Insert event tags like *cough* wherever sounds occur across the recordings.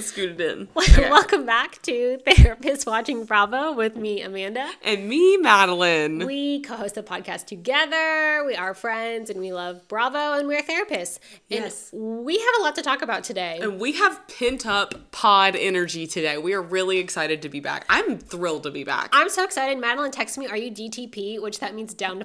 scooted *laughs* in. Welcome back to Therapist Watching Bravo with me, Amanda. And me, Madeline. We co host the podcast together. We are friends and we love Bravo and we're therapists. And Yes. we have a lot to talk about today. And we have pent up pod energy today. We are really excited to be back. I'm thrilled to be back. I'm so excited. Madeline texted me, Are you DTP? Which that means down *laughs* to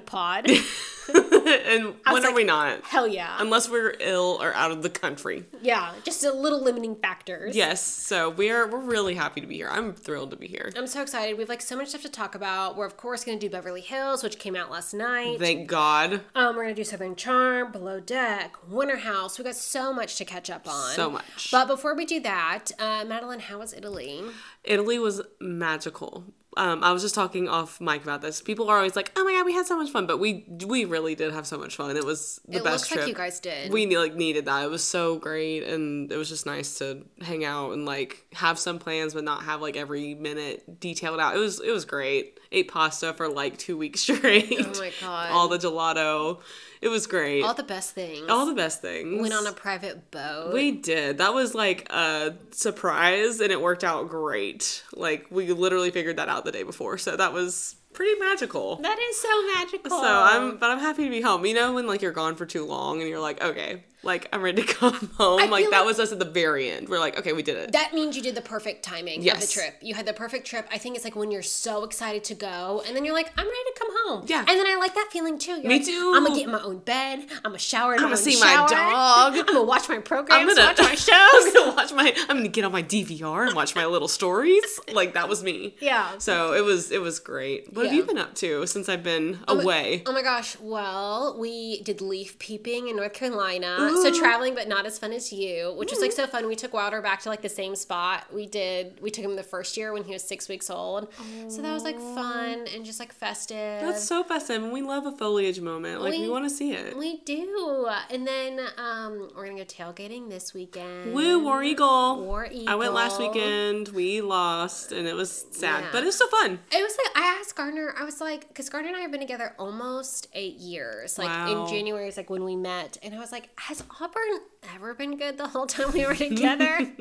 *laughs* pod. and I when was are like, we not? Hell yeah. Unless we're ill or out of the country. yeah. Just a little limiting factors. Yes. So we are we're really happy to be here. I'm thrilled to be here. I'm so excited. We have like so much stuff to talk about. We're of course going to do Beverly Hills, which came out last night. Thank God. Um, we're gonna do Southern Charm, Below Deck, Winter House. We got so much to catch up on. So much. But before we do that, uh, Madeline, how was Italy? Italy was magical. Um, I was just talking off mic about this. People are always like, "Oh my god, we had so much fun," but we we really did have so much fun. It was the it best looks trip. like you guys did. we ne- like needed that. It was so great, and it was just nice to hang out and like have some plans, but not have like every minute detailed out. It was it was great. Ate pasta for like two weeks *laughs* straight. oh my god, all All the, the gelato. It was great. All the, best things. best things. Went on a private boat. We did. That was like a surprise and it worked out great. Like we literally figured that out the day before. So that was pretty magical. that is so magical. So I'm but I'm happy to be home. You know when like you're gone for too long and you're like, okay, like I'm ready to *laughs* come home. I like feel that like- was us at the very end. We're like, okay, we did it. That means you did the perfect timing of the Yes. trip. You had the perfect trip. I think it's like when you're so excited to go, and then you're like, I'm ready to come home. Yeah. And then I like that feeling too. You're Me like, too. I'm gonna get in my own bed. I'm gonna shower. I'm I'ma see my dog. I'm gonna watch my programs. gonna- watch my *laughs* I'm shows. gonna watch my I'm gonna get on my DVR and watch my little *laughs* stories. Like that was me. Yeah. So it was it was great. What have Yeah. you been up to since I've been away? Oh my gosh. Well, we did leaf peeping in North Carolina. So traveling, but not as fun as you, which was like so fun. We took Wilder back to like the same spot we did. We took him the first year when he was six weeks old. So that was like fun and just like festive. That's so festive, and we love a foliage moment. Like we, We- want to see it. we do. And then um, we're going to go tailgating this weekend. Woo, War Eagle. War I went last Eagle. weekend. We lost, and it was sad, Yeah. but it was still fun. It was like I asked Gardner. I was like, because Gardner and I have been together almost eight years. Like Wow. in January is like when we met, and I was like, has Auburn ever been good the whole time we were together? *laughs*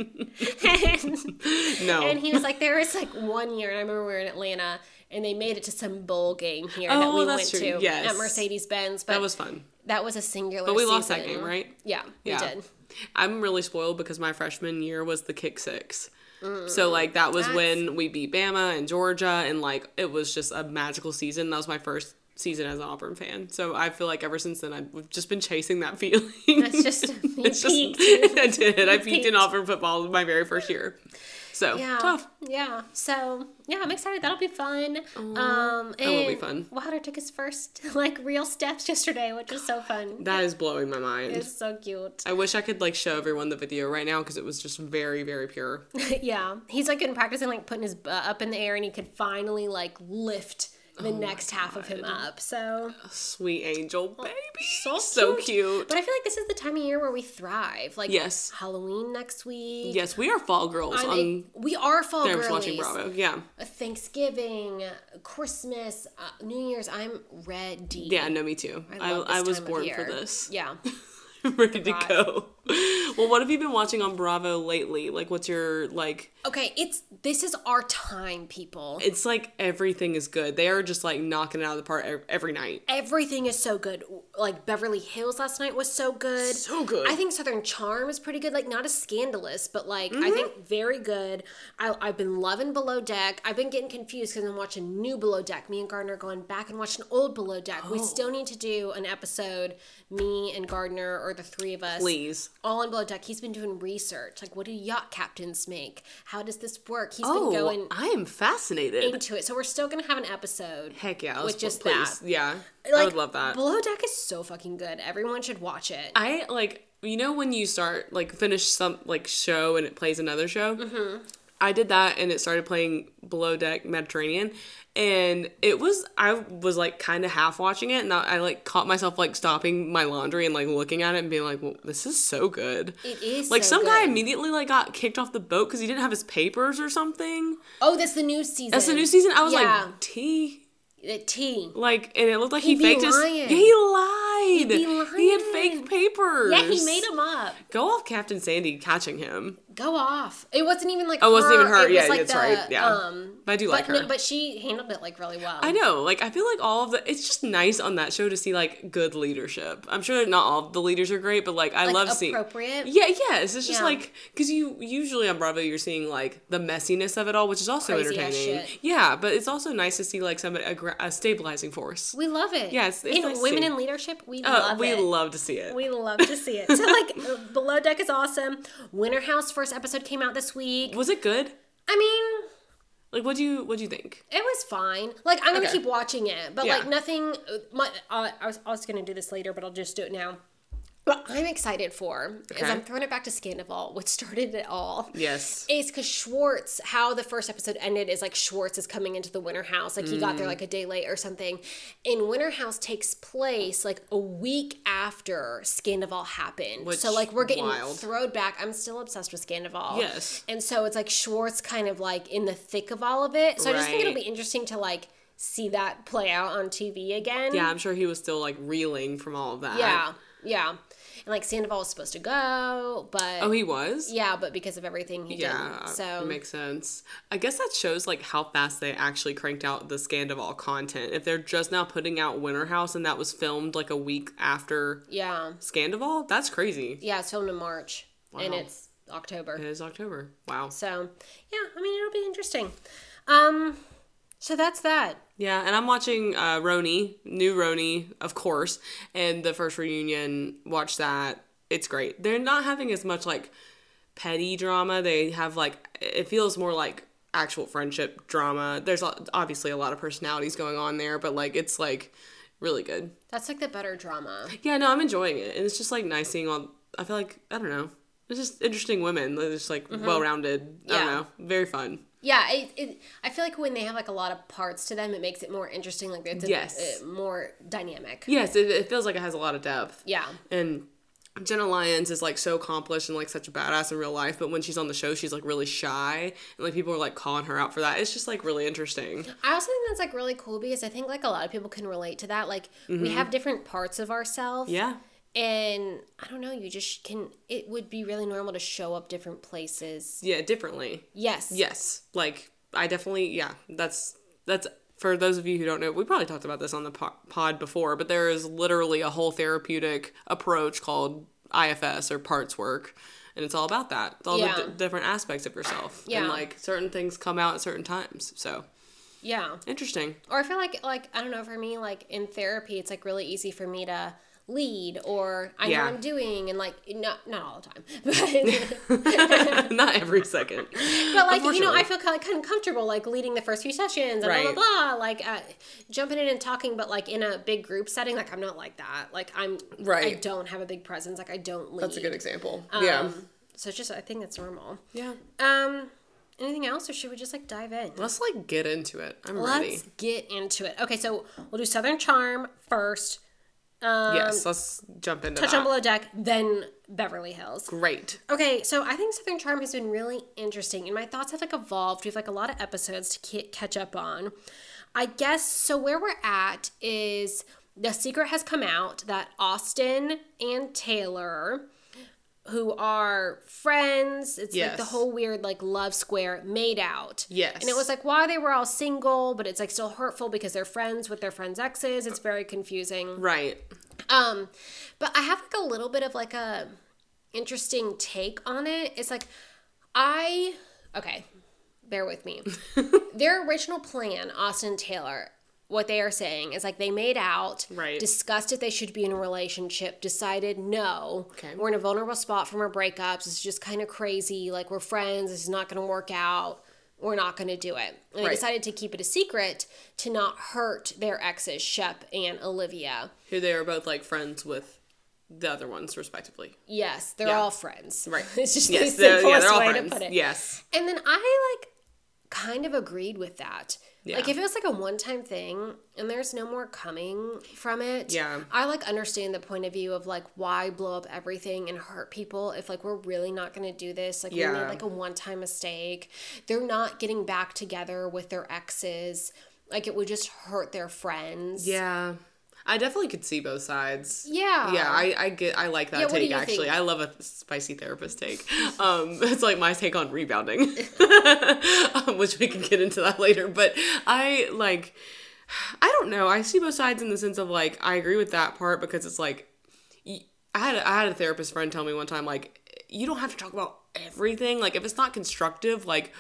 and, No. and he was like, there was like one year, and I remember we were in Atlanta, and they made it to some bowl game here that Oh, we went that's true. to Yes. at Mercedes Benz. But that was fun. a singular. But we lost that season. game, right? Yeah, we Yeah. *laughs* did. I'm really spoiled because my freshman year was the kick six. So like that was Mm. That's- when we beat Bama and Georgia and like it was just a magical season. That was my first season as an Auburn fan. So I feel like ever since then I've just been chasing that *laughs* feeling. That's just you It's *laughs* just *laughs* peaked. I did. I peaked peaked. in Auburn football my very first year. So Yeah. tough. Yeah. So yeah, I'm excited. That'll be fun. um, that will be and fun. Wilder took his first *laughs* like real steps yesterday, which was so *gasps* fun. That is blowing my mind. It's so cute. *laughs* I wish I could like show everyone the video right now because it was just very, very *laughs* pure. yeah, he's like been practicing like putting his butt up in the air, and he could finally like lift the Oh next half of him up. So, Sweet angel baby. so So cute. cute. but I feel like this is the time of year where we thrive. Like Yes. Halloween next week. Yes, we are fall girls I'm on a- we are fall Therapist girlies. Watching Bravo. Yeah. Thanksgiving, Christmas, uh, New Year's. I'm ready. Yeah, no, me too. I, love I, this was time of born for year. this. *laughs* Yeah. Ready to God. go. *laughs* Well, what have you been watching on Bravo lately? Like, what's your, like, Okay, it's this is our time, people. it's like everything is good. They are just like knocking it out of the park ev- every night. Everything is so good. Like Beverly Hills last night was so good. So good. I think Southern Charm is pretty good. Like not as scandalous, but like Mm-hmm. I think very good. I, I've been loving Below Deck. I've been getting confused because I'm watching new Below Deck. Me and Gardner are going back and watching old Below Deck. Oh. We still need to do an episode, me and Gardner or the three of us. Please. all on below deck. He's been doing research. Like, what do yacht captains make? How does this work? He's Oh, been going I am fascinated. into it. So we're still gonna have an episode. Heck yeah. with let's- just please. that. Yeah. I would love that. Below deck is so fucking good. Everyone should watch it. I like you know when you start like finish some like show and it plays another show. Mm-hmm. I did that and it started playing Below Deck Mediterranean, and it was I was like kind of half watching it and I, I like caught myself like stopping my laundry and like looking at it and being like, well, this is so good. it is like so some guy good. immediately like got kicked off the boat because he didn't have his papers or something. Oh, that's the new season. That's the new season. I was Yeah. like, T The tea. like, and it looked like he be faked lying. his. Yeah, he lied. be He had lying. fake papers. Yeah, he made him up. Go off Captain Sandy catching him. go off. It wasn't even like Oh, it wasn't even her. It was Yeah, like that's the, right. Yeah. um, But I do like but her. No, but she handled it like really well. I know, like I feel like all of the it's just nice on that show to see like good leadership. I'm sure not all of the leaders are great, but like I like, love seeing appropriate. Yeah, yes. It's just Yeah. like because you usually on Bravo you're seeing like the messiness of it all, which is also Crazy ass entertaining. shit. Yeah, but it's also nice to see like somebody a, gra- a stabilizing force. We love it. Yes, it's in nice to women see. in leadership, we Uh, love we it. love to see it. we love to see it. So *laughs* like, Below Deck is awesome. Winter House first episode came out this week. Was it good? I mean, Like, what do you what do you think? It was fine. Like I'm gonna Okay. keep watching it, but Yeah. like nothing. My, uh, I was I was gonna do this later, but I'll just do it now. What I'm excited for is Okay. I'm throwing it back to Scandival, which started it all. Yes. Is because Schwartz, how the first episode ended is like Schwartz is coming into the Winter House. Like he got Mm. there like a day late or something. And Winter House takes place like a week after Scandival happened. Which- so like we're getting wild. thrown back. I'm still obsessed with Scandival. Yes. And so it's like Schwartz kind of like in the thick of all of it. So I just think it'll Right. be interesting to like see that play out on TV again. Yeah, I'm sure he was still like reeling from all of that. Yeah. Yeah. And like Sandoval was supposed to go, but Oh, he was. yeah, but because of everything he Yeah, did. So it makes sense. I guess that shows like how fast they actually cranked out the Scandival content. If they're just now putting out Winter House and that was filmed like a week after yeah. Scandival, that's crazy. Yeah, it's filmed in March and Wow. it's October. It is October. Wow. So yeah, I mean it'll be interesting. Um so that's that. Yeah, and I'm watching uh, Roni, new Roni, of course, and the first reunion. Watch that; it's great. They're not having as much like petty drama. They have like it feels more like actual friendship drama. There's o- obviously a lot of personalities going on there, but like it's like really good. That's like the better drama. Yeah, no, I'm enjoying it, and it's just like nice seeing all. I feel like I don't know. It's just interesting women. They're just like well rounded. I don't Yeah. know. Very fun. Yeah, it, it, I feel like when they have like a lot of parts to them, it makes it more interesting. Like it's a- Yes. uh, more dynamic. Yes, it, it feels like it has a lot of depth. Yeah. and Jenna Lyons is like so accomplished and like such a badass in real life, but when she's on the show, she's like really shy and like people are like calling her out for that. It's just like really interesting. I also think that's like really cool because I think like a lot of people can relate to that. Like we have different parts of ourselves. Mm-hmm. Yeah. And I don't know, you just can. It would be really normal to show up different places. Yeah, differently. Yes. Yes. Like I definitely yeah, that's that's for those of you who don't know, we probably talked about this on the po- pod before, but there is literally a whole therapeutic approach called IFS or parts work, and it's all about that. It's all the Yeah. d- different aspects of yourself. Yeah. And like certain things come out at certain times. So, Yeah. interesting. or I feel like like I don't know for me like in therapy it's like really easy for me to lead or I know Yeah. what I'm doing and like not not all the time *laughs* *laughs* but, Not every second. but like you know Unfortunately. I feel kind of, kind of comfortable like leading the first few sessions and blah Right. blah blah like uh, jumping in and talking but like in a big group setting like I'm not like that like I'm I Right. don't have a big presence like I don't lead That's a good example. yeah. Um, so it's just I think that's normal Yeah. um anything else or should we just like dive in Let's like get into it. I'm ready. Let's get into it. Okay, so we'll do Southern Charm first. Um, Yes, let's jump into Touch that. on Below Deck, then Beverly Hills. Great. Okay, so I think Southern Charm has been really interesting, and my thoughts have like evolved. We have like a lot of episodes to ca- catch up on. I guess so. Where we're at is the secret has come out that Austin and Taylor, who are friends, it's like the Yes. whole weird like love square made out. Yes. and it was like why they were all single, but it's like still hurtful because they're friends with their friends' exes. It's very confusing. Right. Um, but I have like a little bit of like a interesting take on it. It's like I okay, bear *laughs* with me. Their original plan, Austin and Taylor, what they are saying is like they made out, Right. discussed if they should be in a relationship, decided no. Okay. We're in a vulnerable spot from our breakups. It's just kind of crazy. Like we're friends, this is not gonna work out. We're not gonna do it. And they Right. decided to keep it a secret to not hurt their exes, Shep and Olivia. Who they are both like friends with the other ones, respectively. Yes, they're Yeah. all friends. Right. *laughs* It's just Yes. the they're- yeah, simplest they're all way friends. to put it. Yes. And then I like kind of agreed with that. Yeah. Like if it was like a one time thing and there's no more coming from it. Yeah. I like understand the point of view of like why blow up everything and hurt people if like we're really not gonna do this. Like we Yeah. made like a one time mistake. They're not getting back together with their exes. Like it would just hurt their friends. Yeah. I definitely could see both sides. Yeah. Yeah, I, I get I like that Yeah, what do take you actually. think? I love a spicy therapist take. *laughs* Um it's like my take on *laughs* rebounding. um, which we can get into that later, but I like I don't know. I see both sides in the sense of like I agree with that part because it's like y- I had a, I had a therapist friend tell me one time like you don't have to talk about everything. Like if it's not constructive, like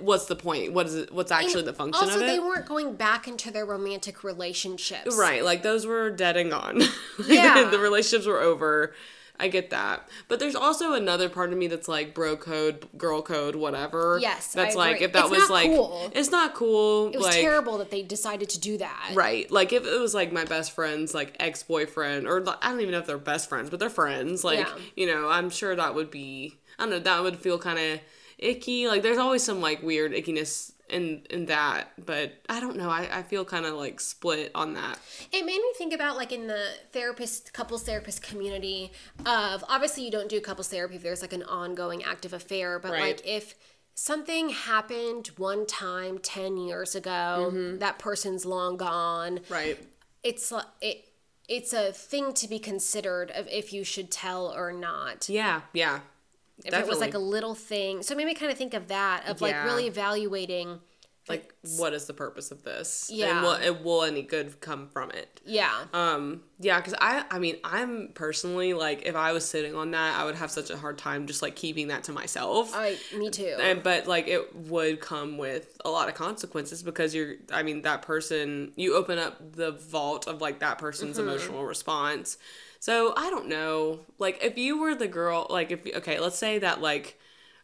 what's the point? What is it? What's actually the function also, of it? they weren't going back into their romantic relationships. Right, like those were dead and gone. *laughs* Like, Yeah. the relationships were over. I get that. But there's also another part of me that's like bro code, girl code, whatever. Yes, I That's like agree. if that It's was not like cool. it's not cool. It was like, terrible that they decided to do that. Right. Like if it was like my best friend's like ex boyfriend or like, I don't even know if they're best friends, but they're friends. Like, Yeah. you know, I'm sure that would be I don't know, that would feel kinda icky. Like there's always some like weird ickiness in in that. But I don't know. I, I feel kinda like split on that. It made me think about like in the therapist couples therapist community of obviously you don't do couples therapy if there's like an ongoing active affair, but Right. like if something happened one time 10 years ago, Mm-hmm. that person's long gone. Right. It's li- it it's a thing to be considered of if you should tell or not. Yeah, yeah. if it was like a little thing. So it made me kind of think of that of like Yeah. really evaluating like what is the purpose of this? Yeah. And will, and will any good come from it? yeah. Um yeah, cuz I I mean, I'm personally like if I was sitting on that, I would have such a hard time just like keeping that to myself. I me too. and but like it would come with a lot of consequences because you're I mean that person you open up the vault of like that person's Mm-hmm. emotional response. So I don't know. Like if you were the girl like if okay, let's say that like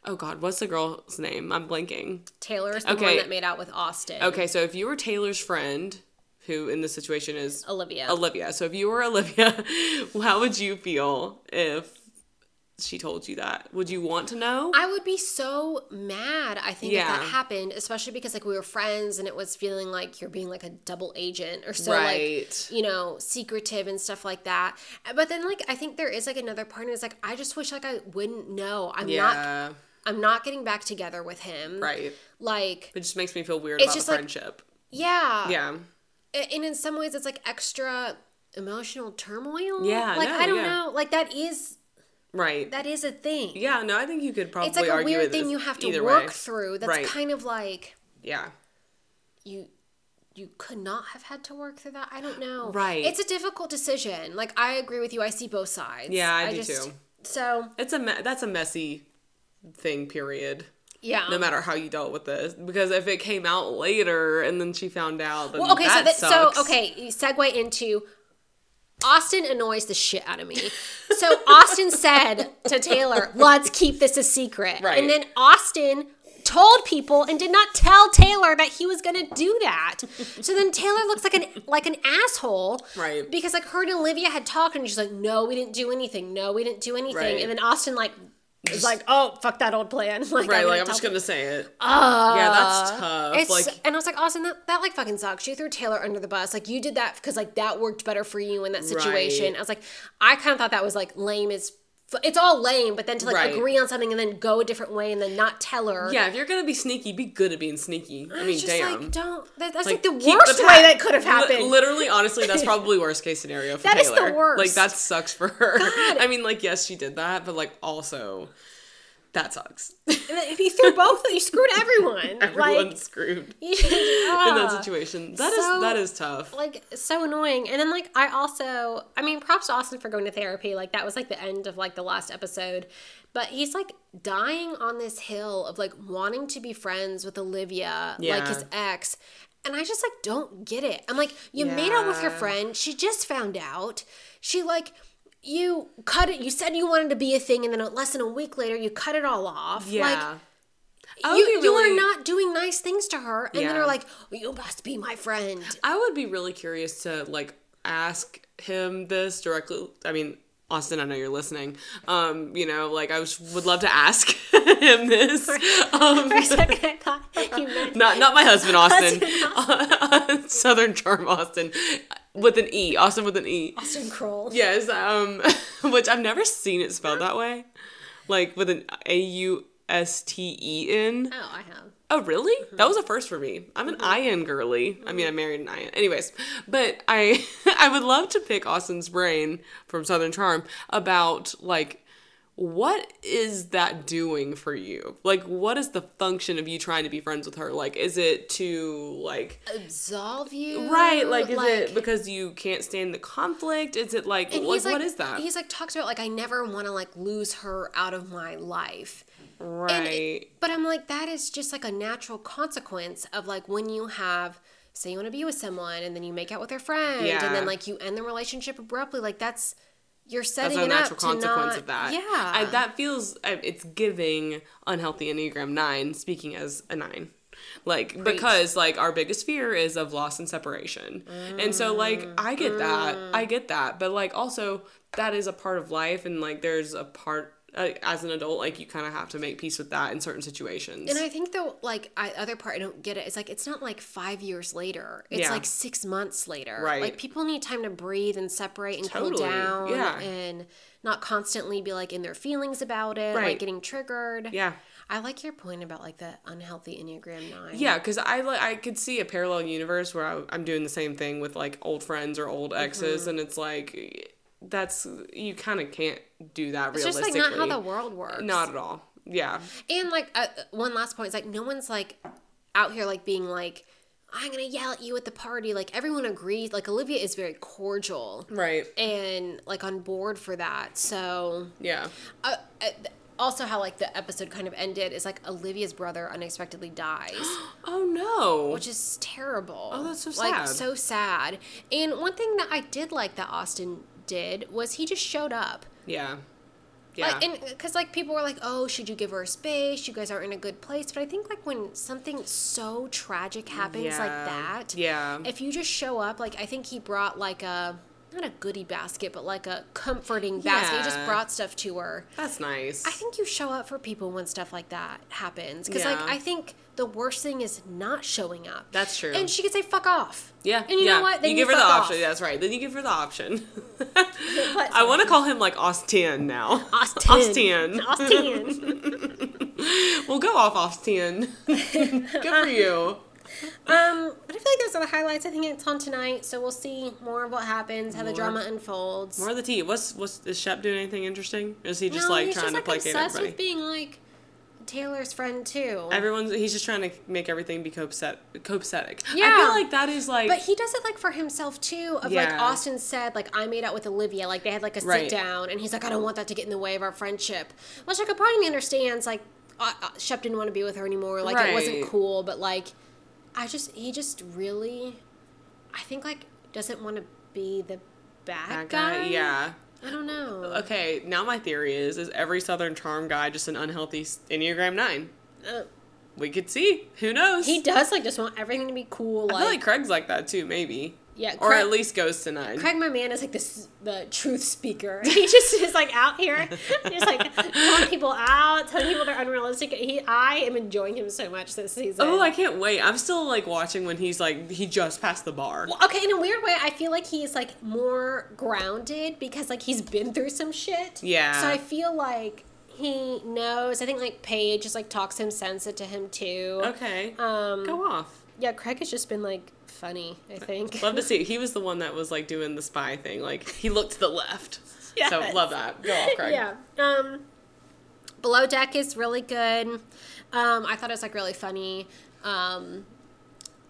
oh god, what's the girl's name? I'm blinking. Taylor's the one okay. that made out with Austin. Okay, so if you were Taylor's friend, who in this situation is Olivia. Olivia, so if you were Olivia, *laughs* how would you feel if she told you that? Would you want to know? I would be so mad, I think, if Yeah. that happened, especially because like we were friends and it was feeling like you're being like a double agent or so Right. like you know, secretive and stuff like that. But then like I think there is like another part and it's like I just wish like I wouldn't know. I'm not yeah, I'm not getting back together with him. right. Like It just makes me feel weird It's about just the like- friendship. yeah. Yeah, A- And in some ways it's like extra emotional turmoil. Yeah, Like no, I don't yeah. know. Like that is right. that is a thing. yeah, no, I think you could probably It's like a argue weird it thing is you have to either work way. through. That's Right. kind of like Yeah, you you could not have had to work through that. I don't know. Right. It's a difficult decision. Like I agree with you. I see both sides. Yeah, I do too. So it's a me- that's a messy thing. Period. yeah. No matter how you dealt with this, because if it came out later and then she found out, then Well, okay, so that that sucks. so okay, you segue into Austin annoys the shit out of me. So Austin said to Taylor, "Let's keep this a secret." Right. And then Austin told people and did not tell Taylor that he was going to do that. So then Taylor looks like an like an asshole. Right. Because like her and Olivia had talked and she's like, "No, we didn't do anything. No, we didn't do anything." Right. And then Austin like is like, "Oh, fuck that old plan." *laughs* Like, Right, like gonna I'm just tell- Ah. gonna say it. yeah, that's tough. it's like and I was like, Austin, that, that like fucking sucks. You threw Taylor under the bus. Like you did that because like that worked better for you in that situation. Right. I was like, I kind of thought that was like lame as f- it's all lame. But then to like Right. agree on something and then go a different way and then not tell her. yeah, if you're gonna be sneaky, be good at being sneaky. I I mean, was just damn. like, don't. That, that's like, the keep worst pack. way that could have Li- happened. literally, honestly, *laughs* that's probably worst case scenario for That is the Taylor. worst. Like that sucks for her. I mean, like yes, she did that, but like also, that *laughs* sucks. And then if you threw both, you screwed *laughs* everyone. Everyone's screwed like, *laughs* in that Ah. situation. That is So- that is tough. like so annoying and then like i also i mean props to austin for going to therapy like that was like the end of like the last episode but he's like dying on this hill of like wanting to be friends with olivia like Yeah. his ex and i just like don't get it i'm like you made out with your Yeah. friend she just found out she like you cut it you said you wanted to be a thing and then less than a week later you cut it all off like yeah. I would you, be you really- are not doing nice things to her and then Yeah. are like you must be my friend I would be really curious to like ask him this directly. I mean, Austin, I know you're listening. Um, you know, like I was, would love to ask *laughs* him this. *laughs* Um, For a second, I thought you *laughs* meant not not my husband, Austin. *laughs* *laughs* Austin Southern charm, Austin, with an E. Austin with an E. Austin Kroll. Yes. Um, *laughs* which I've never seen it spelled that way, like with an A U S T E N. Oh, I have. Oh, really? That was a first for me. I'm an Mm-hmm. Ian girly. I mean, I married an Ian. Anyways, but I *laughs* I would love to pick Austin's brain from Southern Charm about like what is that doing for you? Like what is the function of you trying to be friends with her? Like is it to like Uh, absolve you, right, like is it because you can't stand the conflict? Is it like, And what, he's like, what is that? He's like talks about like I never want to like lose her out of my life. And right. it- but I'm like, that is just like a natural consequence of like when you have, say, you want to be with someone and then you make out with their friend and Yeah. then like you end the relationship abruptly. Like that's, you're setting that's a it natural up consequence to not, of that. Yeah. I, that feels I- it's giving unhealthy Enneagram nine. Speaking as a nine, like because like our biggest fear is of loss and separation, and so Mm, like I get that, I get that, but like also that is a part of life, and like there's a part uh, as an adult, like you kind of have to make peace with that in certain situations. and I think though, like I, other part, I don't get it. It's like it's not like five years later. It's Yeah. like six months later. Right. Like people need time to breathe and separate and Totally. cool down. Yeah. And not constantly be like in their feelings about it, Right. like getting triggered. yeah. I like your point about like the unhealthy Enneagram nine. Yeah, because I like I could see a parallel universe where I, I'm doing the same thing with like old friends or old exes, Mm-hmm. and it's like that's you kind of can't do that It's just realistically. like not how the world works. Not at all. Yeah, And like uh, one last point is like no one's like out here like being like I'm gonna yell at you at the party. Like everyone agrees. Like Olivia is very cordial right. and like on board for that. So Yeah, uh, uh, also how like the episode kind of ended is like Olivia's brother unexpectedly *gasps* dies. Oh no. which is terrible. Oh, that's so Like sad. so sad. And one thing that I did like that Austin did was he just showed up. yeah. Yeah. Like, and because like people were like, "Oh, should you give her space? You guys aren't in a good place." But I think like when something so tragic happens like Yeah. that, Yeah. if you just show up, like I think he brought like a not a goodie basket, but like a comforting basket. He just Yeah. brought stuff to her. That's nice. I think you show up for people when stuff like that happens. Because, Yeah. like, I think the worst thing is not showing up. That's true. And she could say, fuck off. yeah. And you yeah. know what? Then you give her the fuck option. off. *laughs* That's right. Then you give her the option. *laughs* I want to call him like Austin now. Austin. Austin. *laughs* Austin. Well, go off, Austin. *laughs* Good *laughs* for you. um, but I feel like those are the highlights. I think it's on tonight. So we'll see more of what happens, how the drama unfolds. More of the tea. What's what's is Shep doing anything interesting? Or is he just No, like he's trying just, to like, placate obsessed everybody? with being, like, Taylor's friend, too. Everyone's he's just trying to make everything be copset copacetic. I Yeah. feel like that is like but he does it like for himself too. Of like Yeah. Austin said, like I made out with Olivia, like they had like a sit Right. down, and he's like, I don't want that to get in the way of our friendship. Which like a part of me understands, like uh, uh, Shep didn't want to be with her anymore, like it wasn't Right. cool, but like I just he just really, I think like doesn't want to be the bad, that guy. guy, yeah. I don't know. Okay, now my theory is is every Southern Charm guy just an unhealthy s- Enneagram nine? Uh, We could see. Who knows? he does like just want everything to be cool. I Like, feel like Craig's like that too, maybe. Yeah, or Craig- at least goes to nine. Craig, my man, is like this the truth *laughs* speaker. He just is like out here, just like calling people out, telling people they're unrealistic. He, I am enjoying him so much this season. Oh, I can't wait. I'm still like watching when he's like he just passed the bar. Well, okay, in a weird way, I feel like he's like more grounded because like he's been through some shit. Yeah. So I feel like he knows. I think like Paige just like talks him sense into him too. Okay. Um. go off. Yeah, Craig has just been like funny. I think. Love to see. He was the one that was like doing the spy thing. Like he looked to the left. *laughs* Yes. So love that. Go off, Craig. Yeah. Um, Below Deck is really good. Um, I thought it was like really funny. Um,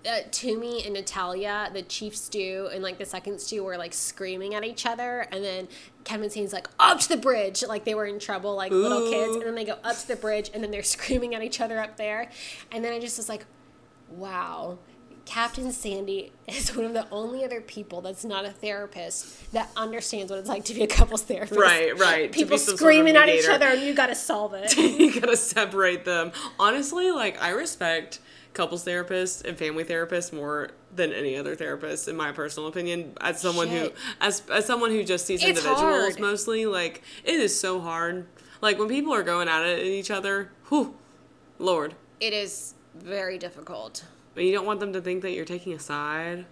uh, Toomey and Natalia, the chief stew and like the second stew, were like screaming at each other, and then Kevin Sane's like up to the bridge, like they were in trouble, like little Ooh. kids, and then they go up to the bridge, and then they're *laughs* screaming at each other up there, and then I just was like, wow. Captain Sandy *laughs* is one of the only other people that's not a therapist that understands what it's like to be a couples therapist. Right, right, to be People some sort of screaming at each mediator. other and you gotta solve *laughs* it. you gotta separate them. Honestly, like I respect couples therapists and family therapists more than any other therapist, in my personal opinion. As someone who, Shit. as as someone who just sees It's individuals hard. mostly, like it is so hard. Like when people are going at it at each other, whew, lord. It is very difficult. But you don't want them to think that you're taking a side.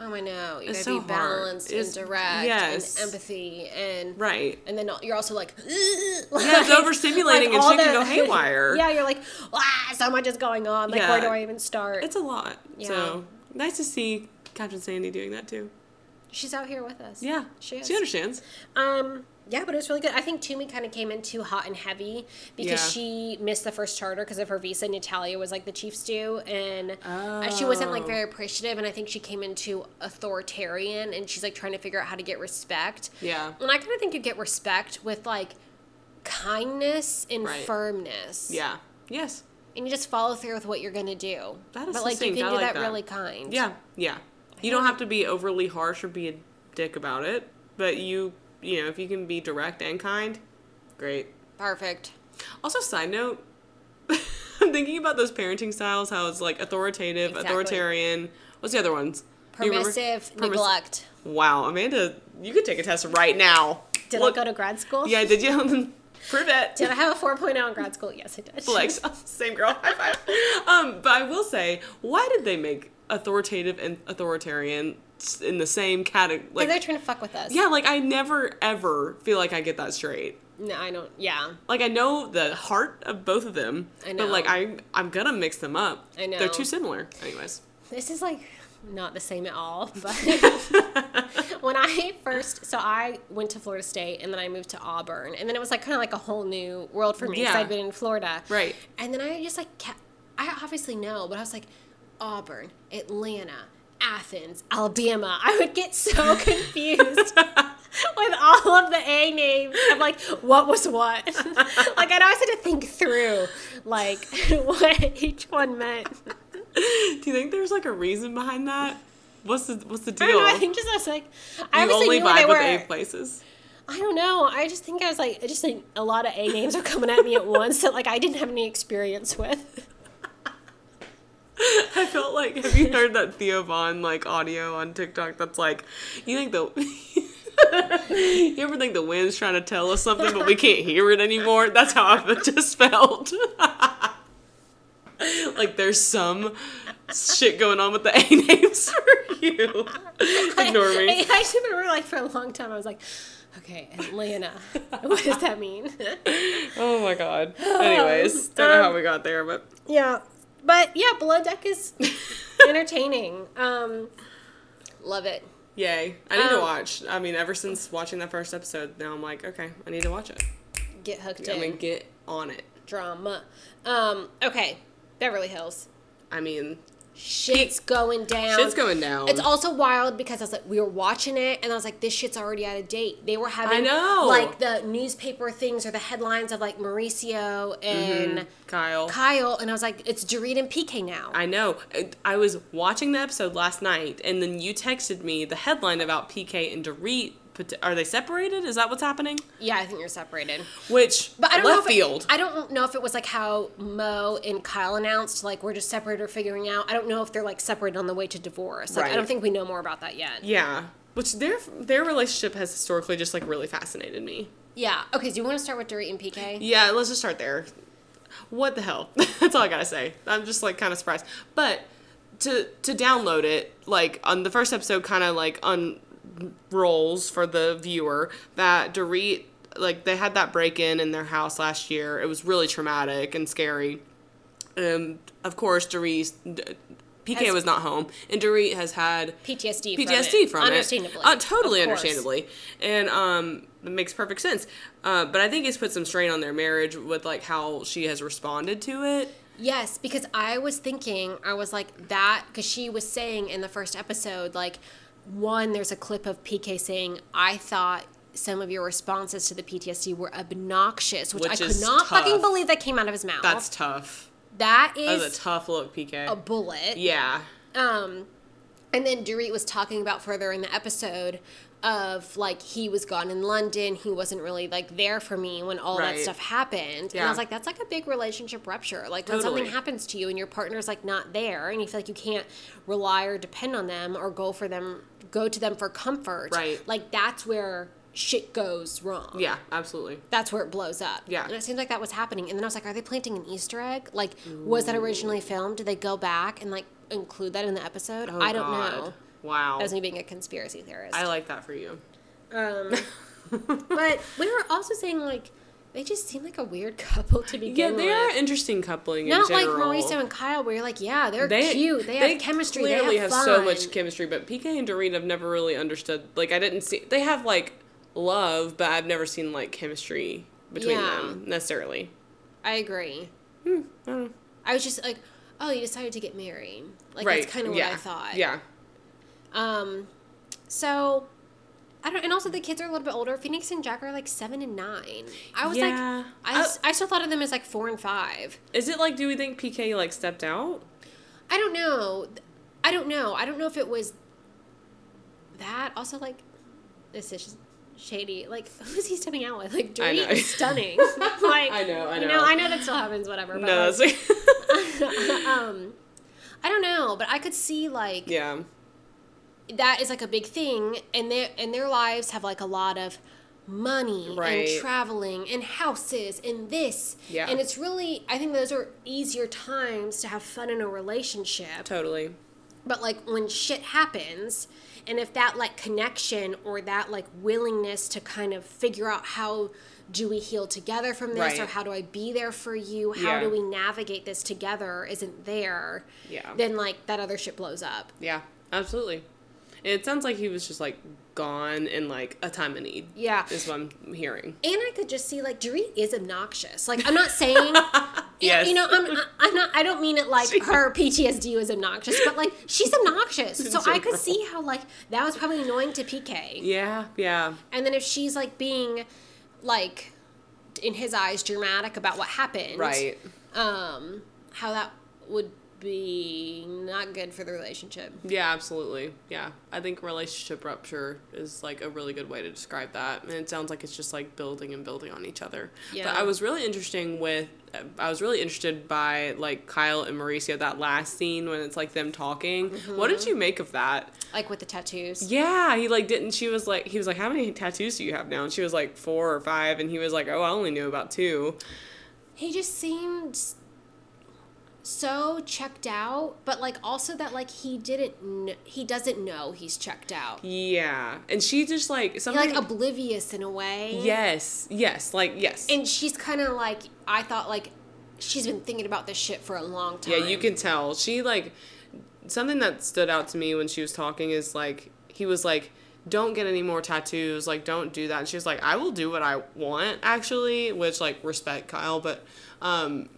Oh, I know. You It's gotta so be hard. balanced It's- and direct yes. and empathy and Right. And then you're also like, *laughs* yeah, it's overstimulating and shit *laughs* can go haywire. yeah, you're like, ah, so much is going on. Like, Yeah. where do I even start? It's a lot. Yeah. So nice to see Captain Sandy doing that too. She's out here with us. Yeah. she is. She understands. Um, yeah, but it was really good. I think Toomey kind of came in too hot and heavy because Yeah. she missed the first charter because of her visa. Natalia was like the Chiefs do, and uh, she wasn't like Oh. very appreciative. And I think she came in too authoritarian, and she's like trying to figure out how to get respect. Yeah. And I kind of think you get respect with like kindness and Right. firmness. Yeah. Yes. And you just follow through with what you're gonna do. That is but like succinct. you can I do like that, that. really kind. Yeah. Yeah. You don't have to be overly harsh or be a dick about it, but you, you know, if you can be direct and kind, great. Perfect. Also, side note, *laughs* I'm thinking about those parenting styles, how it's like authoritative, Exactly. authoritarian. What's the other ones? You remember? Permissive, Permiss- neglect. Wow, Amanda, you could take a test right now. Did Look- I go to grad school? Yeah, did you? *laughs* Prove it. Did I have a 4.0 in grad school? Yes, I *laughs* did. *laughs* Flex. Same girl. High five. Um, but I will say, why did they make authoritative and authoritarian s- in the same category? Like, they're Like, trying to fuck with us. yeah, like I never ever feel like I get that straight. No, I don't. Yeah. Like I know the heart of both of them, I know. but like I I'm gonna mix them up. I know. they're too similar. Anyways, *laughs* This is like not the same at all. *laughs* But when I first, so I went to Florida State and then I moved to Auburn. And then it was like kind of like a whole new world for me because Yeah. I'd been in Florida. Right. And then I just like kept, I obviously know, but I was like, Auburn, Atlanta, Athens, Alabama. I would get *laughs* so confused. With all of the A names, I'm like, what was what? *laughs* like, I'd always had to think through, like, *laughs* what each one meant. do you think there's like a reason behind that? What's the what's the I deal? don't know. I think just I was like, I you obviously only knew what they vibe with were. A places. I don't know. I just think I was like, I just think a lot of A names are coming at me at once that like I didn't have any experience with. *laughs* I felt like have you heard that Theo Vaughn like audio on TikTok that's like you think the *laughs* you ever think the wind's trying to tell us something but we can't hear it anymore? That's how I *laughs* just felt. like there's some shit going on with the *laughs* A names for you. *laughs* Ignore *laughs* I, me. I just remember like for a long time I was like, okay, Atlanta. *laughs* what does *laughs* that mean? Oh my god. Anyways, don't know how we got there, but yeah, but yeah, Below Deck is entertaining. Um, love it. *laughs* yay. I need to Um, watch. I mean, ever since watching that first episode, now I'm like, okay, I need to watch it. Get hooked I in mean, get on it. drama. Um, okay, Beverly Hills. I mean, Shit's going down. Shit's going down. It's also wild because I was like, we were watching it, and I was like, this shit's already out of date. They were having I know. like the newspaper things or the headlines of like Mauricio and Kyle. Kyle, and I was like, it's Dorit and PK now. Mm-hmm. I know. I- I was watching the episode last night, and then you texted me the headline about PK and Dorit. pot- Are they separated? Is that what's happening? yeah, I think you're separated. Which But I don't left know if it- field. I don't know if it was like how Mo and Kyle announced, like we're just separated or figuring out. I don't know if they're like separated on the way to divorce. Like I don't Right. think we know more about that yet. yeah. Which their their relationship has historically just like really fascinated me. Yeah. Okay. So you want to start with Dorit and PK? Yeah, let's just start there. What the hell? *laughs* That's all I gotta say. I'm just like kind of surprised, but to to download it, like on the first episode, kind of like unrolls for the viewer that Dorit, like they had that break in in their house last year. It was really traumatic and scary. Um, of course, Dorit, PK Has- was not home, and Dorit has had PTSD. from PTSD it. from, it. understandably. Uh, totally Of course. understandably. And um, it makes perfect sense. Uh, but I think it's put some strain on their marriage with like how she has responded to it. Yes, because I was thinking, I was like that, because she was saying in the first episode, like, one, there's a clip of PK saying, I thought some of your responses to the PTSD were obnoxious, which, I Which could is not fucking tough. believe that came out of his mouth. That's tough. that That's a is tough look, PK. a bullet. yeah. Um, and then Dorit was talking about further in the episode of like he was gone in London, he wasn't really like there for me when all that Right. stuff happened. And I Yeah. was like, that's like a big relationship rupture. Like when Totally. something happens to you and your partner's like not there, and you feel like you can't rely or depend on them or go for them, go to them for comfort. Right. Like that's where shit goes wrong Yeah, absolutely. that's where it blows up. Yeah. And it seems like that was happening. And then I was like, are they planting an Easter egg? Like, was that originally filmed? Did they go back and like include that in the episode? Oh, I don't God. know. Wow. That was me being a conspiracy theorist. Oh. I like that for you. *laughs* *laughs* um, but we were also saying like they just seem like a weird couple to begin Yeah, they are with. an interesting coupling Not in like general. Mauricio and Kyle, where you're like, yeah, they're cute. They, have chemistry. They Clearly have, have, fun. so much chemistry, but PK and Doreen I've never really understood. Like I didn't see they have like love, but I've never seen like chemistry between Yeah. them necessarily. I agree. I don't know. I was just like, oh, you decided to get married. Like right. that's kind of yeah. what I thought. Yeah. Um, so I don't, and also the kids are a little bit older. Phoenix and Jack are like seven and nine. I was Yeah. like, I, s- I still thought of them as like four and five. Is it like do we think PK like stepped out? I don't know. I don't know. I don't know if it was that. Also, like, this is just shady. Like, who's he stepping out with? Like, I Dorit know. *laughs* is stunning. like, I know, I You know. know, I know that still happens. Whatever. But No, like, that's like *laughs* *laughs* um, I don't know, but I could see like Yeah. that is like a big thing and their and their lives have like a lot of money Right. and traveling and houses and this Yeah. and it's really i think those are easier times to have fun in a relationship Totally. but like when shit happens and if that like connection or that like willingness to kind of figure out how do we heal together from this or Right. how do i be there for you how Yeah. do we navigate this together isn't there Yeah. then like that other shit blows up Yeah. Absolutely. It sounds like he was just like gone in like a time of need. Yeah. Is what I'm hearing. and I could just see like Dorit is obnoxious. Like I'm *laughs* not saying, Yes. you know, I'm I- I'm not. I don't mean it like her PTSD was obnoxious, but like she's obnoxious. So I could general. see how like that was probably annoying to PK. Yeah, yeah. And then if she's like being, like, in his eyes, dramatic about what happened, Right. Um, how that would be not good for the relationship. Yeah, absolutely. Yeah. I think relationship rupture is like a really good way to describe that. And it sounds like it's just like building and building on each other. Yeah. But I was really interesting with I was really interested by like Kyle and Mauricio that last scene when it's like them talking. What did you make of that? Like with the tattoos. Mm-hmm. Yeah, he like didn't she was like he was like how many tattoos do you have now? And she was like 4 or 5 and he was like, "Oh, I only knew about 2." he just seemed so checked out but like also that like he didn't kn- he doesn't know he's checked out He's, Yeah. And she just like something like oblivious in a way Yes. Yes, like yes. and she's kind of like i thought like she's been thinking about this shit for a long time Yeah, you can tell. She like something that stood out to me when she was talking is like he was like, "Don't get any more tattoos. Like, don't do that." And she was like, "I will do what I want, actually," which like respect Kyle, but um,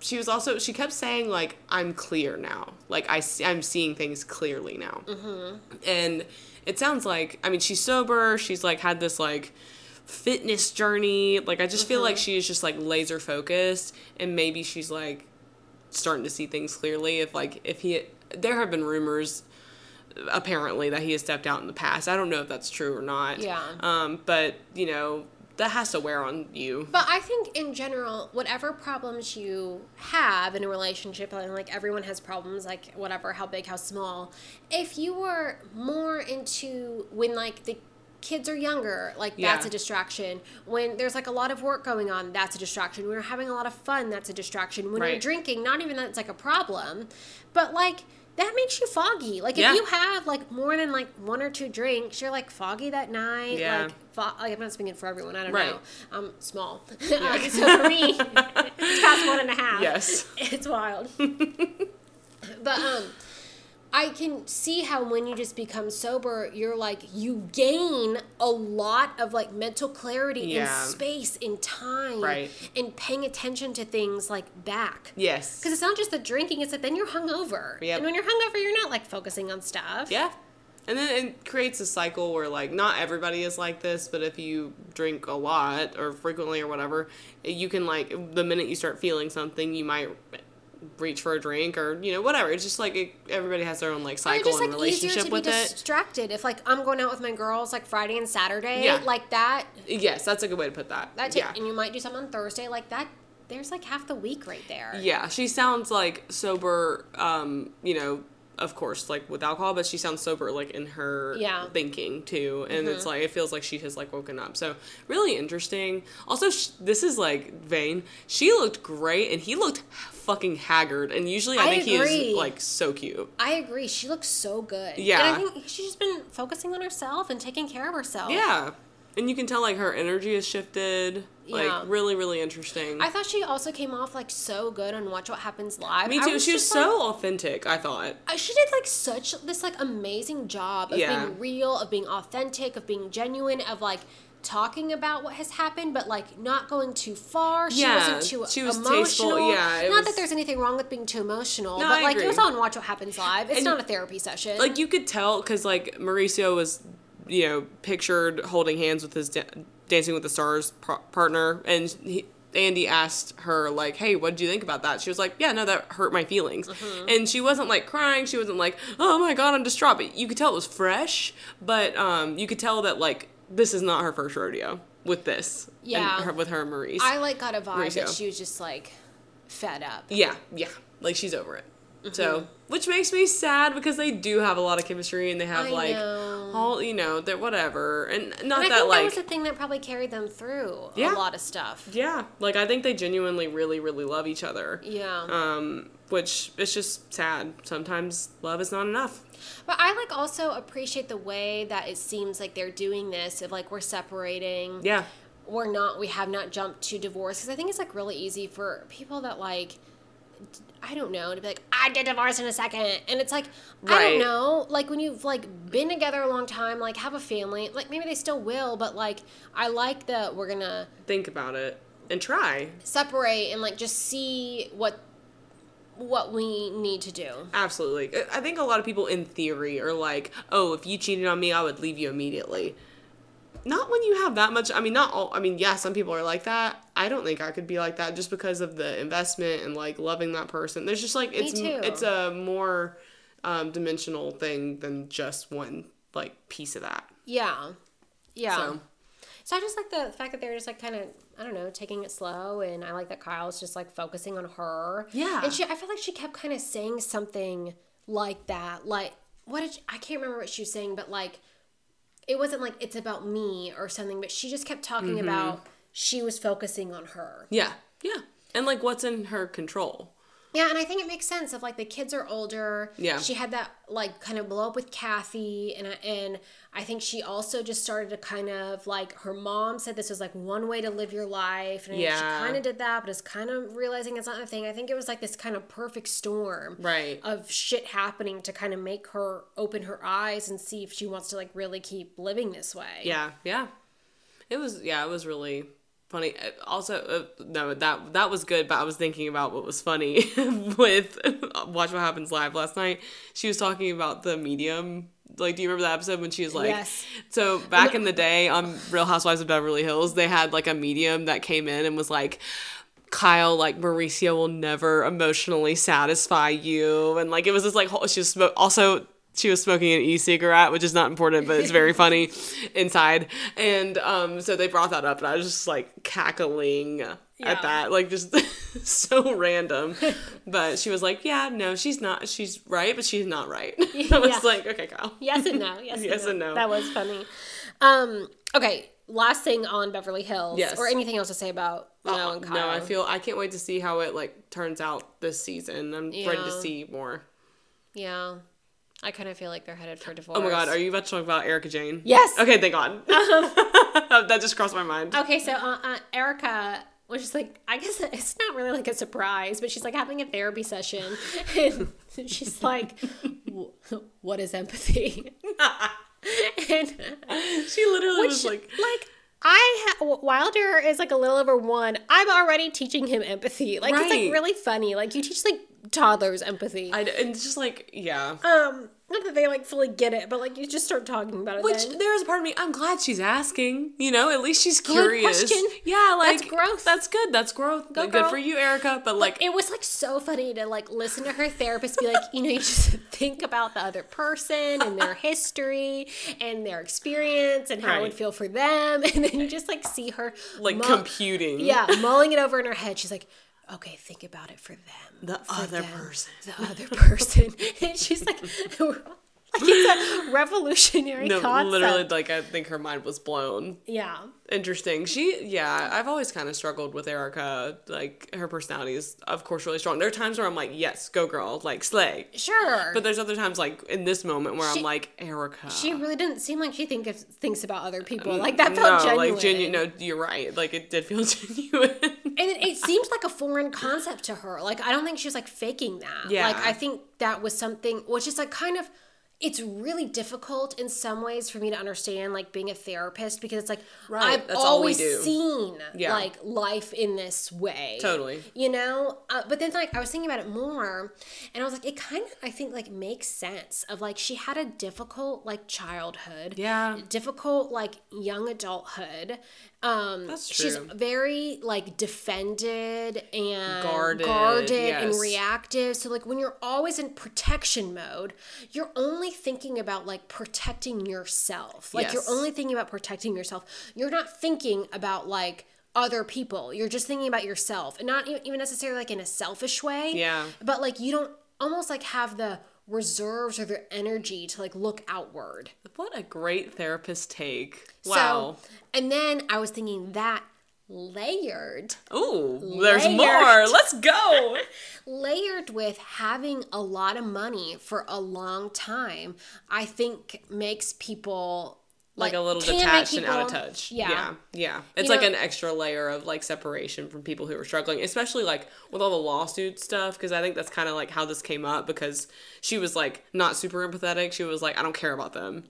she was also she kept saying like, "I'm clear now. Like, I see, I'm seeing things clearly now." Mm-hmm. and it sounds like i mean she's sober she's like had this like fitness journey like i just feel like Mm-hmm. she is just like laser focused and maybe she's like starting to see things clearly if like if he there have been rumors apparently that he has stepped out in the past i don't know if that's true or not Yeah. um but you know that has to wear on you But I think in general, whatever problems you have in a relationship, and like everyone has problems, like whatever, how big, how small, if you were more into when like the kids are younger, like that's Yeah. a distraction. When there's like a lot of work going on, that's a distraction. When you're having a lot of fun, that's a distraction. When you're Right. drinking, not even that's like a problem, but like that makes you foggy. Like Yeah. if you have like more than like one or two drinks, you're like foggy that night. Yeah. Like, fo- like I'm not speaking for everyone. I don't Right. know. I'm small. *laughs* um, so for me, it's past one and a half. Yes. *laughs* It's wild. but um, I can see how when you just become sober, you're like, you gain a lot of like mental clarity Yeah. and space and time Right. and paying attention to things like back. yes Because it's not just the drinking, it's that then you're hungover. Yep. And when you're hungover, you're not like focusing on stuff. Yeah. And then it creates a cycle where, like, not everybody is like this, but if you drink a lot or frequently or whatever, you can, like, the minute you start feeling something, you might reach for a drink or, you know, whatever. It's just like it, everybody has their own, like, Or cycle just and like easier relationship to with be it. distracted. If like I'm going out with my girls like Friday and Saturday, Yeah. like that Yes, that's a good way to put that. That take, yeah. and you might do something on Thursday like that. There's like half the week right there. Yeah, she sounds like sober, um, you know, of course, like with alcohol, but she sounds sober, like in her Yeah. Mm-hmm. thinking too. And it's like, it feels like she has like woken up. So, really interesting. Also, sh- this is like vain. She looked great and he looked fucking haggard. And usually, I, I think he agree. is like so cute. I agree. She looks so good. Yeah. And I think she's just been focusing on herself and taking care of herself. Yeah. And you can tell like her energy has shifted. Yeah. Like, really, really interesting. I thought she also came off like so good on Watch What Happens Live. Me I too. She was just, so authentic, I thought. like- I- she did like such this like amazing job of Yeah. being real, of being authentic, of being genuine, of like talking about what has happened, but like not going too far. She Yeah, wasn't too she was emotional. tasteful. Yeah, it not was- that there's anything wrong with being too emotional, No, but I like agree. it was on Watch What Happens Live. It's And- not a therapy session. like you could tell because like Mauricio was, you know, pictured holding hands with his da- Dancing with the Stars par- partner, and he, Andy asked her like, "Hey, what did you think about that?" She was like, "Yeah, no, that hurt my feelings," Mm-hmm. and she wasn't like crying. She wasn't like, "Oh my god, I'm distraught." But you could tell it was fresh, but um, you could tell that like this is not her first rodeo with this. and Yeah. her, with her and Maurice. I like got a vibe that Mauricio. she was just like fed up. Yeah, yeah. Like she's over it. Mm-hmm. So, which makes me sad because they do have a lot of chemistry and they have I like know. all you know they're whatever and not And I that think like that was the thing that probably carried them through Yeah. a lot of stuff. yeah like I think they genuinely really really love each other. Yeah. Um, which it's just sad. Sometimes love is not enough. But I like also appreciate the way that it seems like they're doing this of like we're separating. Yeah. We're not we have not jumped to divorce because I think it's like really easy for people that like I don't know to be like I get divorced in a second and it's like I Right. don't know like when you've like been together a long time like have a family like maybe they still will but like I like that we're gonna Think about it and try. separate and like just see what what we need to do. Absolutely. I- I think a lot of people in theory are like, "Oh, if you cheated on me, I would leave you immediately." Not when you have that much. I mean, not all. I mean, yeah, some people are like that. I don't think I could be like that just because of the investment and like loving that person. There's just like it's too. it's a more um, dimensional thing than just one like piece of that. Yeah. Yeah. So. So. I just like the fact that they're just like kind of, I don't know, taking it slow. And I like that Kyle's just like focusing on her. Yeah. And she, I feel like she kept kind of saying something like that. Like, what did, she- I can't remember what she was saying, but like, it wasn't like it's about me or something, but she just kept talking about she was focusing on her. Yeah, yeah, and like what's in her control. Yeah, and I think it makes sense of like the kids are older. Yeah. She had that like kind of blow up with Kathy and I, and I think she also just started to kind of like her mom said this was like one way to live your life and Yeah. she kind of did that but is kind of realizing it's not a thing. I think it was like this kind of perfect storm Right. of shit happening to kind of make her open her eyes and see if she wants to like really keep living this way. Yeah, yeah. It was yeah, it was really funny. Uh, Also, uh, no, that that was good. But I was thinking about what was funny *laughs* with Watch What Happens Live last night. She was talking about the medium. Like, do you remember that episode when she was like, Yes. so back in the day on Real Housewives of Beverly Hills, they had like a medium that came in and was like. Kyle, like Mauricio will never emotionally satisfy you, and like it was this like whole, she was smo- also she was smoking an e-cigarette, which is not important, but it's *laughs* very funny inside. And um, so they brought that up, and I was just like cackling Yeah. at that, like just *laughs* so random. but she was like, "Yeah, no, she's not. She's right, but she's not right." *laughs* I was Yeah. like, "Okay, Kyle." Yes *laughs* and no. Yes, Yes and, and no. no. That was funny. Um, okay, last thing on Beverly Hills. Yes. Or anything else to say about No Uh, and Kyle? no, I feel I can't wait to see how it like turns out this season. I'm ready to Yeah. see more. Yeah, I kind of feel like they're headed for divorce. Oh my god, are you about to talk about Erica Jane? Yes. Okay, thank *laughs* God. *laughs* that just crossed my mind. Okay, so uh, uh, Erica was just like, I guess *laughs* it's not really like a surprise, but she's like having a therapy session, *laughs* and she's like, "W- *laughs* "What is empathy?" *laughs* and She literally was Which, like, like, I ha- Wilder is like a little over one. I'm already teaching him empathy. Like it's Right. like really funny. Like you teach like toddlers empathy. I, and it's just like, yeah. um, not that they like fully get it, but like you just start talking about it. Which then. there is a part of me. I'm glad she's asking. You know, at least she's Good curious. question. Yeah, like That's growth. That's good. That's growth. Go, good girl. for you, Erica. But like, it was like so funny to like listen to her therapist be like, you know, you just *laughs* think about the other person and *laughs* their history and their experience and how it Right. would feel for *laughs* them, and then you just like see her like mu- computing. yeah, mulling it over in her head. She's like, okay, think about it for them. The For other them, person. The other person. *laughs* and she's like, like *laughs* it's a revolutionary No, concept. literally, like I think her mind was blown. Yeah. Interesting. She, yeah, I've always kind of struggled with Erica. Like her personality is, of course, really strong. There are times where I'm like, yes, go girl, like slay. Sure. But there's other times, like in this moment, where She- I'm like, Erica. she really didn't seem like she think of, thinks about other people. Like that felt no, genuine. like genuine. No, you're right. Like it did feel *laughs* genuine. And it, it seems like a foreign concept to her. Like I don't think she was like faking that. Yeah. Like I think that was something which is like kind of it's really difficult in some ways for me to understand like being a therapist because it's like Right, I've that's all we always do. seen Yeah. like life in this way. Totally. You know? Uh, but then like I was thinking about it more and I was like it kind of I think like makes sense of like she had a difficult like childhood Yeah. um, difficult like young adulthood um That's she's true. very like defended and guarded, Guarded, and yes. reactive so like when you're always in protection mode you're only thinking about like protecting yourself like Yes. you're only thinking about protecting yourself you're not thinking about like other people you're just thinking about yourself and not e- even necessarily like in a selfish way Yeah. but like you don't almost like have the reserves or the energy to like look outward What a great therapist take. Wow. so, and then I was thinking that layered, Ooh, there's Layered. more. Let's *laughs* go. layered with having a lot of money for a long time, I think makes people like, a little can make detached and out of people- touch. Yeah. Yeah. Yeah. It's You like know- an extra layer of like separation from people who are struggling, especially like with all the lawsuit stuff. Cause I think that's kind of like how this came up because she was like not super empathetic. She was like, I don't care about them,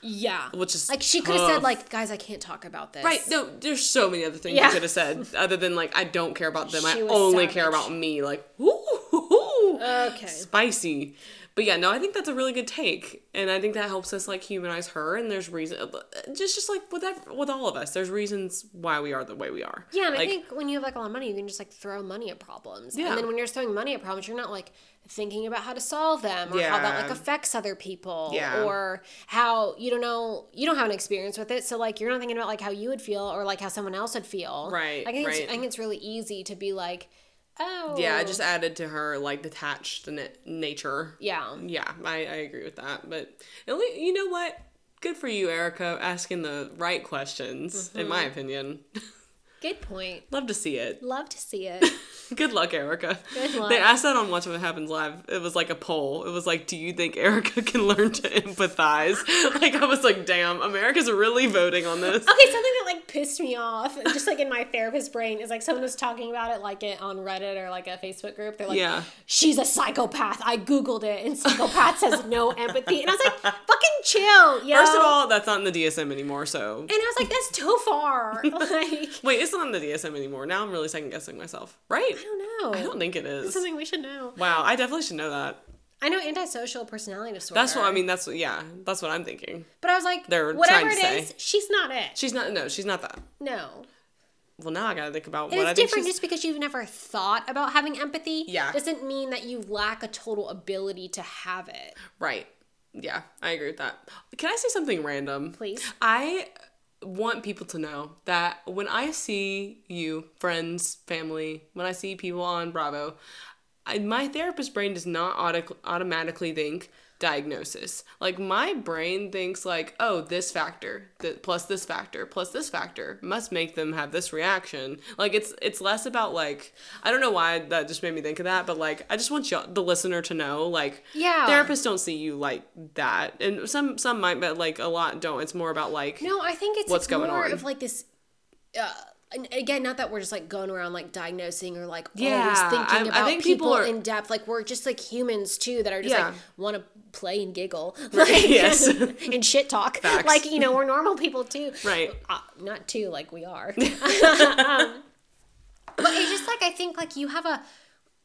Yeah. which is like she could have said, tough. like, guys, I can't talk about this. Right, no, there's so many other things Yeah. you could have said *laughs* other than like I don't care about them. She I was only savage. care about me. Like, whoo, hoo, hoo. Okay. spicy. But yeah, no, I think that's a really good take, and I think that helps us like humanize her. And there's reason, uh, just just like with that, with all of us, there's reasons why we are the way we are. Yeah, and Like, I think when you have like a lot of money, you can just like throw money at problems. Yeah. And then when you're throwing money at problems, you're not like thinking about how to solve them or how that Yeah. like affects other people Yeah. or how you don't know you don't have an experience with it, so like you're not thinking about like how you would feel or like how someone else would feel. Right, I think it's, right. I think it's really easy to be like, oh yeah, I just added to her like detached na- nature. yeah Yeah, I, I agree with that. But at least, you know what? Good for you, Erica, asking the right questions. In Mm-hmm. my opinion, good point. love to see it. Love to *laughs* see it. Good luck, Erica. Good luck. They asked that on Watch What Happens Live. It was like a poll. It was like, do you think Erica *laughs* can learn to empathize? *laughs* Like, I was like, damn, America's really voting on *laughs* this. Okay, something that like pissed me off, just like in my therapist brain, is like someone was talking about it, like it on Reddit or like a Facebook group. They're like, Yeah. "She's a psychopath." I googled it, and psychopath has *laughs* no empathy. And I was like, "Fucking chill, yo." First of all, that's not in the DSM anymore, so. and I was like, "That's too *laughs* far." Like, Wait, it's not in the DSM anymore. Now I'm really second guessing myself, right? I don't know. I don't think it It's is. something we should know. Wow, I definitely should know that. I know antisocial personality disorder. That's what I mean. That's what, yeah, that's what I'm thinking. But I was like, They're whatever trying it to is, say. she's not it. She's not, no, she's not that. No. Well, now I gotta think about And what I it's think different she's- just because you've never thought about having empathy. Yeah. Doesn't mean that you lack a total ability to have it. Right. Yeah, I agree with that. Can I say something random? Please. I want people to know that when I see you, friends, family, when I see people on Bravo, I, my therapist brain does not auto- automatically think diagnosis. Like my brain thinks like, oh, this factor th- plus this factor plus this factor must make them have this reaction. Like it's it's less about like I don't know why that just made me think of that, but like I just want you the listener to know like Yeah. therapists don't see you like that, and some some might, but like a lot don't. It's more about like No, I think it's what's it's more going on. of like this. Uh, and again, not that we're just like going around like diagnosing or like always Yeah, thinking I- I about think people, people are- in depth. Like we're just like humans too that are just like Yeah. want to play *laughs* and giggle, like, Yes. *laughs* and shit talk. Like you know, we're normal people too, Right. Uh, not too like *laughs* we are. *laughs* um, but it's just like I think like you have a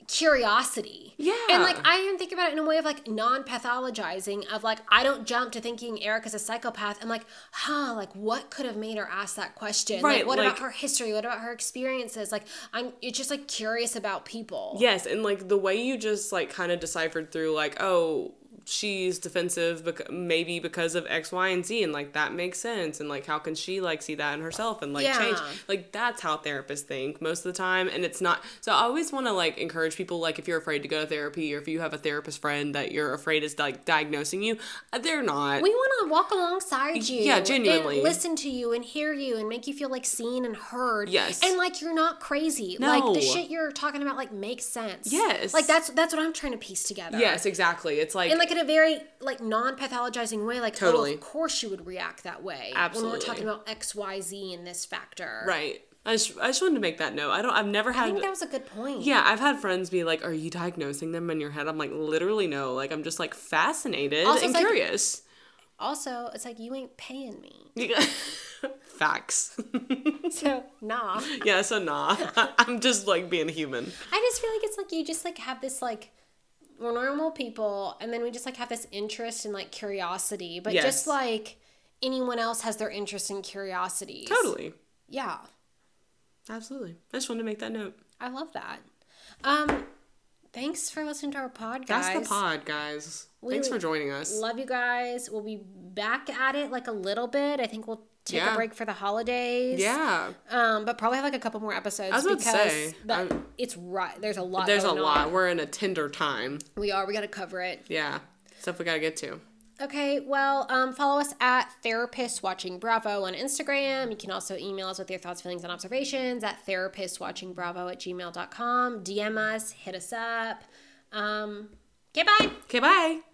curiosity. Yeah. And like I even think about it in a way of like non-pathologizing of like I don't jump to thinking Erica's a psychopath. I'm like, huh, like what could have made her ask that question? Like Right, what like- about her history? What about her experiences? Like I'm it's just like curious about people. Yes, and like the way you just like kind of deciphered through like, oh, she's defensive because maybe because of X, Y, and Z, and like that makes sense. And like, how can she like see that in herself and like Yeah. change? Like that's how therapists think most of the time, and it's not. So I always want to like encourage people like if you're afraid to go to therapy or if you have a therapist friend that you're afraid is like diagnosing you, uh, they're not. We want to walk alongside you. Yeah, and genuinely. listen to you and hear you and make you feel like seen and heard. Yes. And like you're not crazy. Like No. the shit you're talking about like makes sense. Yes. Like that's that's what I'm trying to piece together. yes, exactly. It's like, And like in a very like non-pathologizing way, like oh, Totally. of course you would react that way. When Absolutely. we're talking about X, Y, Z and this factor. right. I just, I just wanted to make that note. I don't. I've never had. I think that was a good point. Yeah, I've had friends be like, "Are you diagnosing them in your head?" I'm like, literally no. Like, I'm just like fascinated Also, and it's like- curious. *laughs* Also, it's like you ain't paying me. Facts. *laughs* So nah. yeah, so nah. *laughs* I'm just like being human. I just feel like it's like you just like have this like we're normal people and then we just like have this interest and like curiosity, but Yes. just like anyone else has their interest and curiosities. Totally. Yeah. Absolutely. I just wanted to make that note. I love that. Um thanks for listening to our podcast. That's the pod, guys. Thanks for joining us. Love you guys. We'll be back at it like a little bit. I think we'll take a Yeah. break for the holidays. yeah. Um, but probably have like a couple more episodes was about to because say, that, it's right. There's a lot. There's a going on. lot. We're in a Tinder time. We are. We got to cover it. Yeah. Stuff we gotta get to. Okay, well, um, follow us at Therapist Watching Bravo on Instagram. You can also email us with your thoughts, feelings, and observations at therapistwatchingbravo at gmail.com. DM us, hit us up. Um, okay, bye. Okay, bye.